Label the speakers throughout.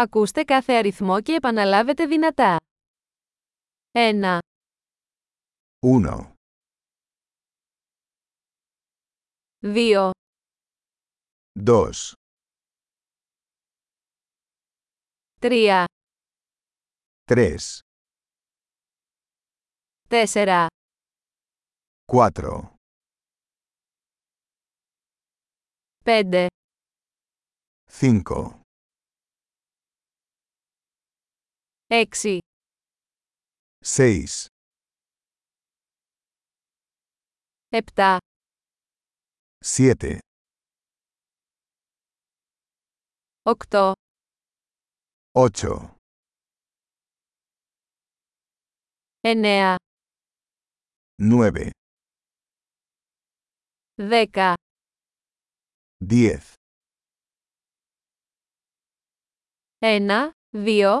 Speaker 1: Ακούστε κάθε αριθμό και επαναλάβετε δυνατά. 1,
Speaker 2: 1,
Speaker 1: 2,
Speaker 2: 2,
Speaker 1: 3,
Speaker 2: 3,
Speaker 1: 4,
Speaker 2: 4,
Speaker 1: 5,
Speaker 2: 5,
Speaker 1: 6,
Speaker 2: 6,
Speaker 1: 7,
Speaker 2: 7,
Speaker 1: 8,
Speaker 2: 8,
Speaker 1: 9,
Speaker 2: 9,
Speaker 1: 10,
Speaker 2: 10,
Speaker 1: 1, 2,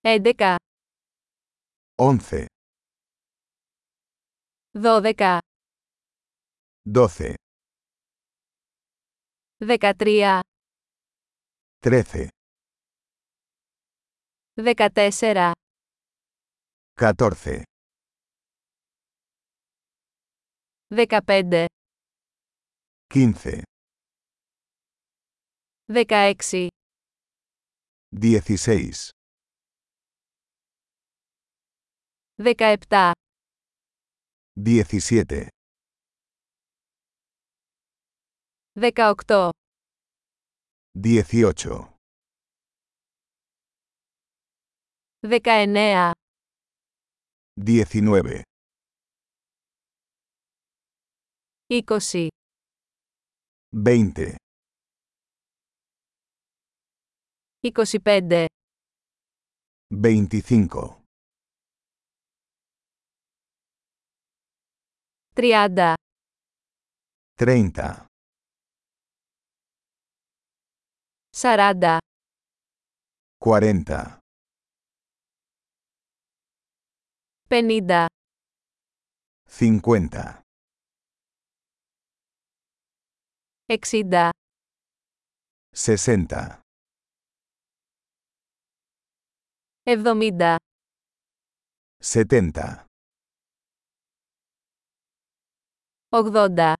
Speaker 1: Έντεκα,
Speaker 2: 11,
Speaker 1: δώδεκα,
Speaker 2: 12,
Speaker 1: δεκατρία,
Speaker 2: 13,
Speaker 1: δεκατέσσερα,
Speaker 2: 14,
Speaker 1: δεκαπέντε,
Speaker 2: 15,
Speaker 1: δεκαέξι,
Speaker 2: 16,
Speaker 1: δεκαεπτά,
Speaker 2: 17,
Speaker 1: δεκαοκτώ,
Speaker 2: 18,
Speaker 1: δεκαεννέα,
Speaker 2: 19,
Speaker 1: είκοσι,
Speaker 2: 20,
Speaker 1: εικοσιπέντε,
Speaker 2: 25,
Speaker 1: τριάντα,
Speaker 2: 30,
Speaker 1: σαράντα,
Speaker 2: 40,
Speaker 1: πενήντα,
Speaker 2: 50,
Speaker 1: εξήντα,
Speaker 2: 60,
Speaker 1: εβδομήντα,
Speaker 2: 70,
Speaker 1: ογδόντα,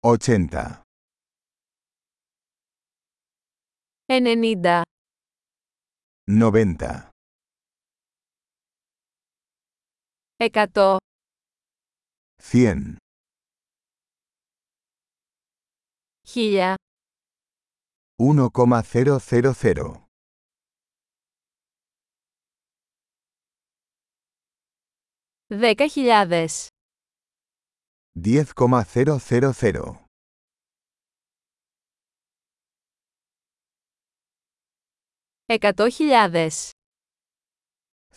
Speaker 2: 80,
Speaker 1: ενενήντα,
Speaker 2: 90,
Speaker 1: εκατό,
Speaker 2: 100,
Speaker 1: χίλια.
Speaker 2: 1,000.
Speaker 1: Δέκα χιλιάδες.
Speaker 2: 10,000.
Speaker 1: Εκατό χιλιάδες.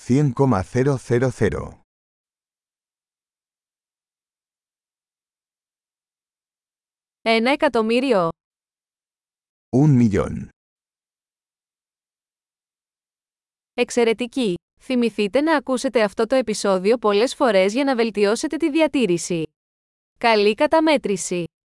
Speaker 2: 100,000.
Speaker 1: Ένα εκατομμύριο.
Speaker 2: Un millón.
Speaker 1: Εξαιρετική! Θυμηθείτε να ακούσετε αυτό το επεισόδιο πολλές φορές για να βελτιώσετε τη διατήρηση. Καλή καταμέτρηση!